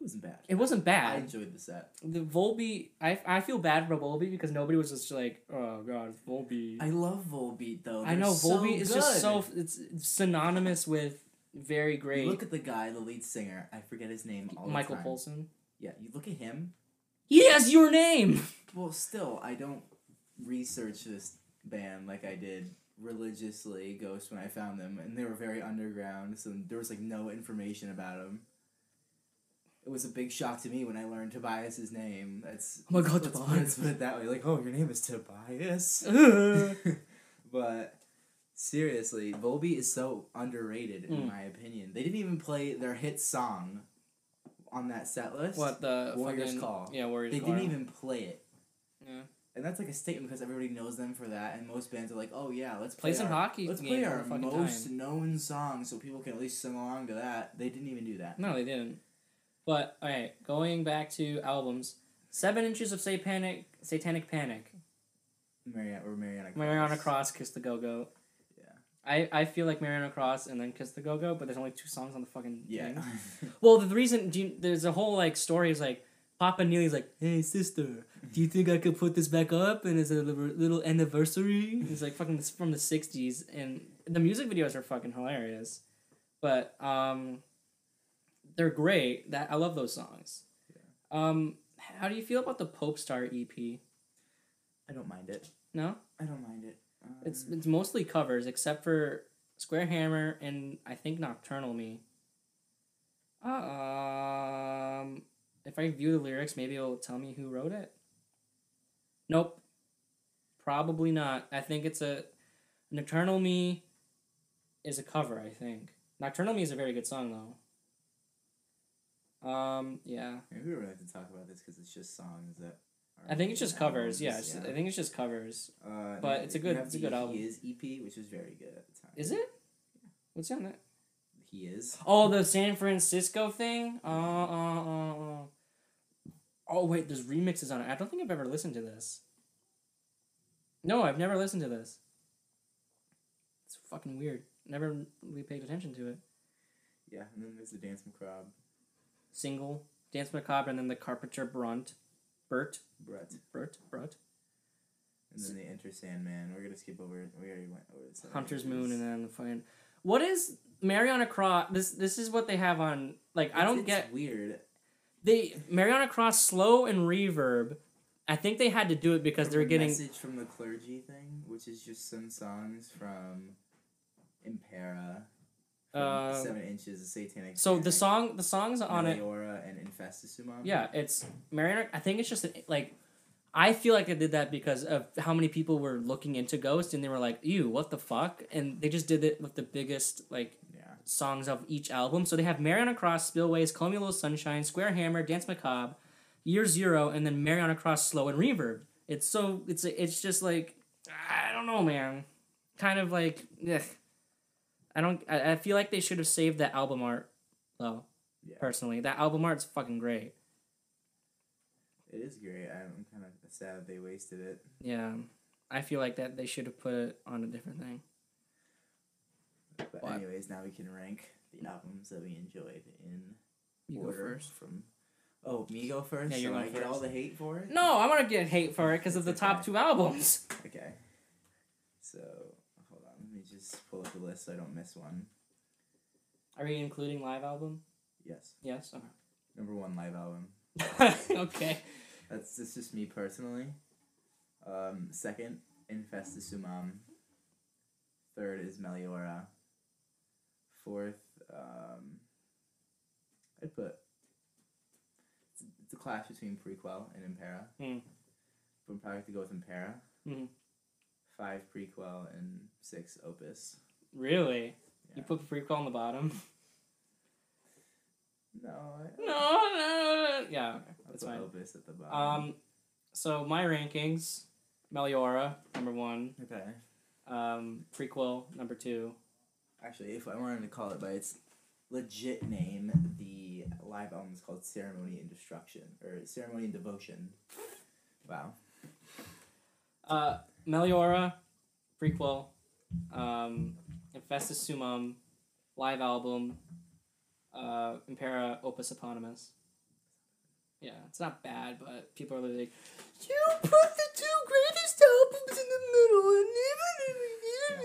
it wasn't bad.
It wasn't
I
bad.
enjoyed the set.
the Volbeat, I, I feel bad for Volbeat because nobody was just like, oh god, it's Volbeat.
I love Volbeat though.
I know
They're so
Volbeat is just
good.
so it's synonymous with very great.
You look at the guy, the lead singer. I forget his name. All
Michael
the time.
Polson.
Yeah, you look at him.
Yes, your name.
Well, still, I don't research this band like I did religiously. Ghost when I found them, and they were very underground, so there was like no information about them. It was a big shock to me when I learned Tobias's name. That's
Oh my God,
let's put-
Tobias.
Let's put it that way. Like, oh, your name is Tobias. but seriously, Volbeat is so underrated in
Mm.
my opinion. They didn't even play their hit song on that set list.
what the
Warriors
fucking,
Call.
Yeah, Warriors
They
Call.
didn't even play it.
Yeah.
And that's like a statement because everybody knows them for that, and most bands are like, "Oh yeah, let's play,
play some
our,
hockey.
Let's
game
play
all the
our
fucking
most
time.
known song, so people can at least sing along to that." They didn't even do that.
No, they didn't. But all right, going back to albums, Seven Inches of Satanic, Satanic Panic,
Mariana or Mariana.
Mariana
Cross.
Cross, Kiss the Go Go.
Yeah.
I, I feel like Mariana Cross and then Kiss the Go Go, but there's only two songs on the fucking
Yeah.
thing. Well, the reason do you, there's a whole like story is like Papa Neely's like, "Hey sister, do you think I could put this back up?" And it's a li- little anniversary. And It's like fucking it's from the '60s, and the music videos are fucking hilarious. But um, they're great. That I love those songs. Um, how do you feel about the Pope Star EP?
I don't mind it.
No,
I don't mind it. Um,
it's it's mostly covers except for Square Hammer and I think Nocturnal Me. Um, if I view the lyrics, maybe it'll tell me who wrote it. Nope, probably not. I think it's a Nocturnal Me is a cover. I think Nocturnal Me is a very good song though. Um, yeah.
Maybe we really have to talk about this because it's just songs that. Are
I think it's just covers.
albums,
Yeah, it's- I think it's just covers.
Uh,
but
no,
it's a
you
good-
have
it's a
the
good album.
He is EP, which was very good at the time.
Is it? What's on that?
He is.
Oh, the San Francisco thing. Uh, uh, uh, uh. Oh wait, there's remixes on it. I don't think I've ever listened to this. No, I've never listened to this. It's fucking weird. Never really paid attention to it.
Yeah, and then there's the Dance Macabre,
Single Dance Macabre and then the Carpenter Brunt, Bert,
Brett,
Bert, Brunt,
and then they enter Sandman. We're gonna skip over. it. We already went over this.
Hunter's Moon, and then the fucking. What is Mariana Cross? This this is what they have on. Like I
It's-
don't
it's
get
weird.
they Mariana Cross slow and reverb. I think they had to do it because
From
they're
the
getting
message from the clergy thing, which is just some songs from Impera, from
uh,
Seven Inches, Satanic.
so the
Panic,
song the songs on it.
Meliora, and Infestisumam.
Yeah, it's Mariana. I think it's just an, like I feel like they did that because of how many people were looking into Ghost and they were like, "Ew, what the fuck?" And they just did it with the biggest like
Yeah.
songs of each album. So they have Mariana Cross, Spillways, Call Me a Little Sunshine, Square Hammer, Dance Macabre, Year Zero, and then Mariana Cross, Slow and Reverb. It's so it's it's just like I don't know, man. Kind of like ugh. I don't. I, I feel like they should have saved that album art though.
Yeah.
Personally, that album art's fucking great.
It is great. I'm kind of sad that they wasted it.
Yeah, I feel like that they should have put it on a different thing.
But
But-
anyways, now we can rank the albums that we enjoyed in
You go
order
first.
from. Oh, me go first.
Yeah, you're
so I
going
get all
first.
the hate for it.
No, I want to get hate for it because of the top two albums.
Okay. So hold on, let me just pull up the list so I don't miss one.
Are you including live album?
Yes,
Yes. Okay.
number one live album.
okay.
That's that's just me personally. Um, second, Infestus Umam. Third is Meliora. Fourth, um, I'd put. It's, it's a clash between prequel and Impera.
Hmm.
But I'm probably have to go with Impera.
Mhm.
Five prequel and six opus.
Really?
Yeah.
You put the prequel on the bottom?
No, I,
No, no. Yeah,
I'll
that's
put
fine.
Opus at the bottom.
Um, so my rankings: Meliora number one,
okay.
um, prequel number two.
Actually, if I wanted to call it by its legit name, the live album is called Ceremony and Destruction, or Ceremony and Devotion. Wow.
Uh, Meliora, prequel, um, Infestus Sumum, live album, uh, Impera Opus Eponymous. Yeah, it's not bad, but people are like, you put the two greatest albums in the middle and
You get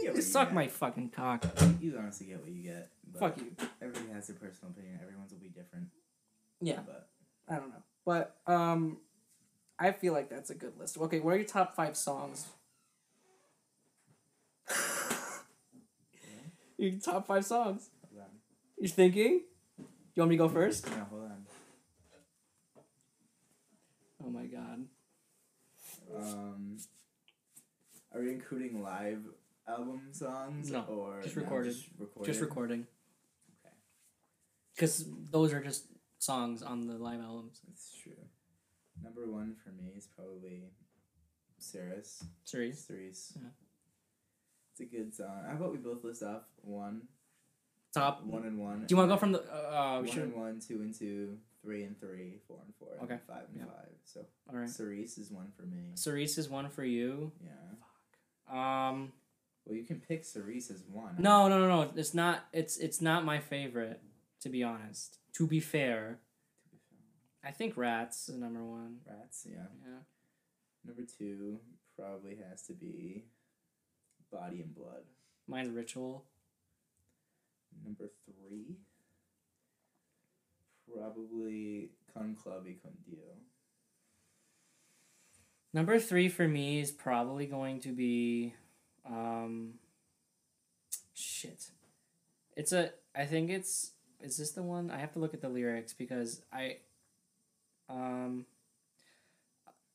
even
what you
suck
get.
my fucking cock.
You honestly get what you get. But
Fuck you.
Everybody has their personal opinion. Everyone's will be different.
Yeah.
But
I don't know, but um, I feel like that's a good list. Okay, what are your top five songs? your top five songs.
hold on.
You're thinking? You want me to go first?
No, hold on.
Oh my god.
Um, are we including live album songs
No,
or
just recorded.
Just recorded.
Just recording.
Okay.
Because those are just songs on the live albums.
That's true. Number one for me is probably Cirrus.
Series.
Threes.
Yeah.
It's a good song. How about we both list off one,
Top.
one and one.
Uh, Do you want to go from the. Uh, uh,
one
we
and
should.
one, two and two, three and three, four and four,
Okay.
and five and
Yeah.
five. So
Alright.
Cerise is one for me.
Cerise is one for you.
Yeah.
Um.
Well, you can pick Cerise as one.
No, no, no, no. It's not. It's it's not my favorite, to be honest. To be fair, I think Rats is number one.
Rats. Yeah.
Yeah.
Number two probably has to be Body and Blood.
Mine's Ritual.
Number three. Probably Con Clave Con Dio.
Number three for me is probably going to be, um, shit. It's a. I think it's. Is this the one? I have to look at the lyrics because I, um,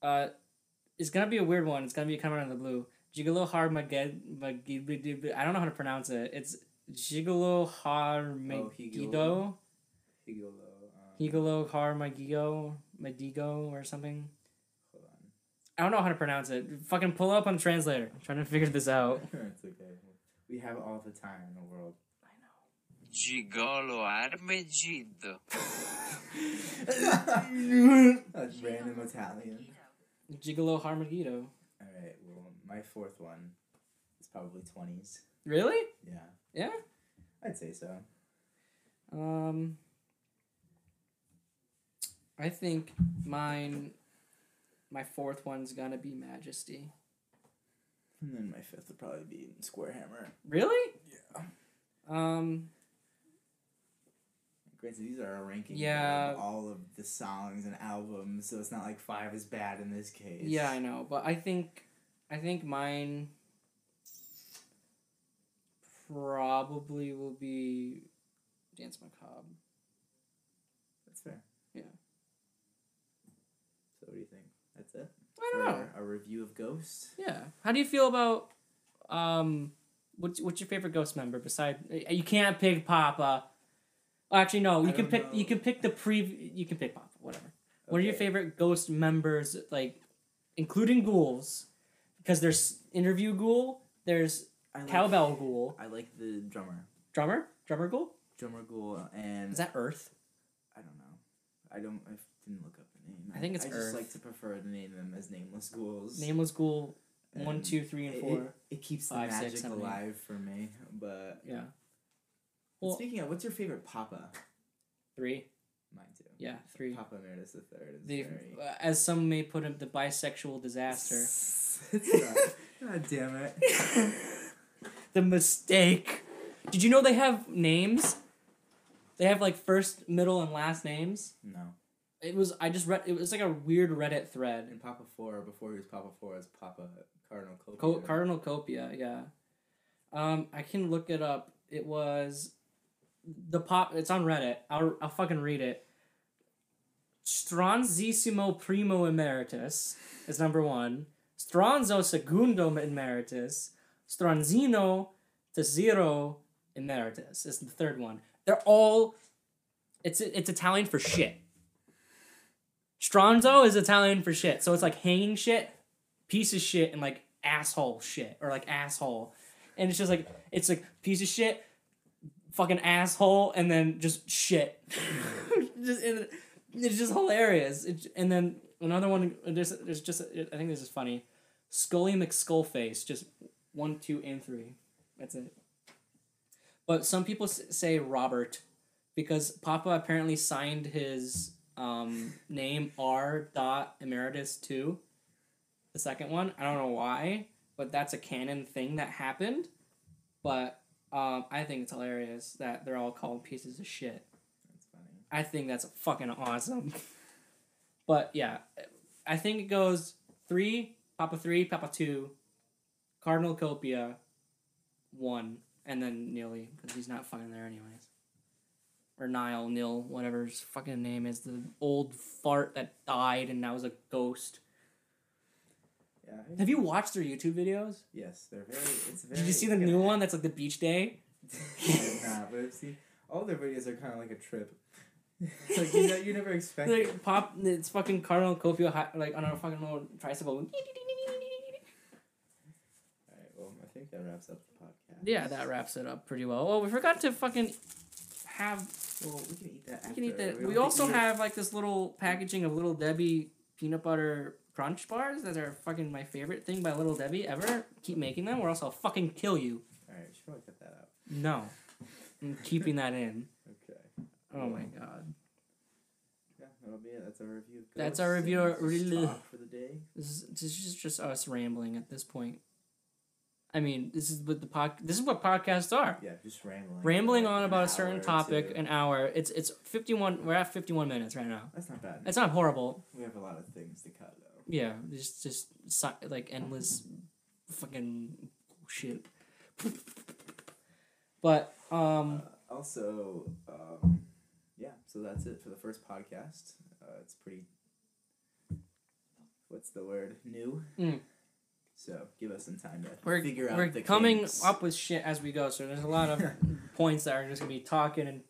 uh, it's gonna be a weird one. It's gonna be coming out of the blue. Gigolo Harmageddon. I don't know how to pronounce it. It's Gigolo
Higolo.
Harmagido.
Higolo. Um,
Higolo Harmagigo. Medigo or something.
Hold on.
I don't know how to pronounce it. Fucking pull up on translator. I'm trying to figure this out.
it's okay. We have all the time in the world.
Gigolo Armegid.
That's random Italian.
Gigolo Harmagido.
All right. Well, my fourth one is probably twenties.
Really?
Yeah,
Yeah.
I'd say so.
Um, I think mine, my fourth one's gonna be Majesty.
And then my fifth would probably be Square Hammer.
Really?
Yeah.
Um,
Granted, these are a ranking.
Yeah.
Of all of the songs and albums, so it's not like five is bad in this case.
yeah, I know, but I think, I think mine probably will be Dance Macabre.
That's fair.
Yeah.
So what do you think? That's it.
I don't know.
For A review of Ghost.
Yeah. How do you feel about um what's what's your favorite ghost member beside you can't pick Papa. Oh, Actually no,
I
you can
don't
pick
know.
you can pick the pre you can pick Papa, whatever. What are your
Okay.
favorite ghost members like including ghouls? Because there's interview ghoul, there's
I like,
cowbell ghoul,
I like the drummer.
drummer, drummer ghoul?
Drummer Ghoul and
Is that Earth?
I don't know. I don't. I didn't look up the name.
I think it's
I
Earth.
just like to prefer to name them as nameless ghouls.
Nameless ghoul one,
And
two, three,
Um, it-
and
it-
four.
It, keeps the
Five, six,
magic
seven, eight.
alive for me. But
Yeah.
And
Well-
speaking of, what's your favorite Papa?
Three.
Mine too.
Yeah, three.
Papa Emeritus the Third is
The,
very.
as some may put it, the bisexual disaster.
It's not- God damn it!
the mistake. Did you know they have names? They have like first, middle, and last names.
No.
It was I just read it was like a weird Reddit thread.
And Papa Four before he was Papa Four is Papa Cardinal Copia.
Co- Cardinal Copia, yeah. Um, I can look it up. It was the pop. It's on Reddit. I'll I'll fucking read it. Stronzissimo primo emeritus is number one. Stronzo secundum emeritus. Stronzino tesiro emeritus is the third one. They're all. It's it's Italian for shit. Stronzo is Italian for shit, so it's like hanging shit, piece of shit, and like asshole shit or like asshole, and it's just like it's like piece of shit, fucking asshole, and then just shit. just and it's just hilarious. It, and then another one. There's there's just I think this is funny. Scully McSkullface, just one, two, and three. That's it. But some people s- say Robert because Papa apparently signed his um, name R. Dot Emeritus Two, the second one. I don't know why, but that's a canon thing that happened. But um, I think it's hilarious that they're all called pieces of shit.
That's funny.
I think that's fucking awesome. but yeah, I think it goes three, Papa three, Papa two, Cardinal Copia, one, and then Nilly because he's not fucking there anyways. Or Nile, Nil, whatever his fucking name is, the old fart that died and now is a ghost.
Yeah. I-
Have you watched their YouTube videos?
Yes, they're very. It's very.
Did you see the new one that's like the beach day?
nah, but I've seen all their videos are kind of like a trip. It's like you, know, you never expect. it.
Like pop, it's fucking Cardinal Copia hi- like on a fucking little tricycle.
All right, well, I think that wraps up the podcast.
Yeah, that wraps it up pretty well. Oh, we forgot to fucking have.
Well, we can eat that.
We can eat
after.
that.
don't
We
have to
also
eat it.
have like this little packaging of Little Debbie peanut butter crunch bars that are fucking my favorite thing by Little Debbie ever. Keep making them, or else I'll fucking kill you.
All right, we should probably cut that out.
No, I'm keeping that in.
Okay.
Oh my god,
Yeah, that'll be it. That's our review. Of
That's our
Ghosts,
review
and
of-
this is
really-
Talk for the day.
this is this is just us rambling at this point. I mean, this is what the pod. This is what podcasts are.
Yeah, just rambling.
Rambling
Like
on
an
about
hour
a certain
or
topic,
two.
an hour. It's it's fifty one. We're at fifty one minutes right now.
That's not bad.
It's not horrible.
we have a lot of things to cut though.
Yeah, just just si- like endless fucking shit. But um,
Uh, also, um, yeah. So that's it for the first podcast. Uh, it's pretty. What's the word? New.
Mm.
So give us some time to
We're,
figure out
we're
the
coming
kinks.
up with shit as we go, so there's a lot of points that are just gonna be talking and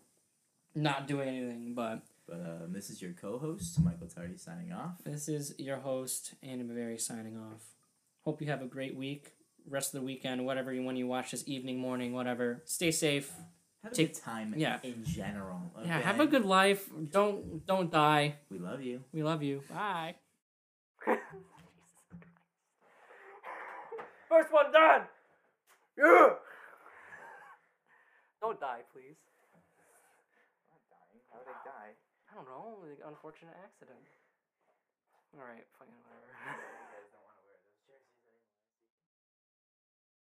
not doing anything. But
But um, this is your co-host Michael Tardy signing off.
this is your host Andy Baveri signing off. Hope you have a great week, rest of the weekend, whatever you when you watch this evening, morning, whatever. Stay safe.
Have a
Take-
good time
yeah.
in general.
Yeah, have
okay?
a good life. Don't don't die.
We love you.
We love you. Bye. First one done. Yeah. Don't die, please.
How would I die?
I don't know. Unfortunate accident. All right, fucking whatever.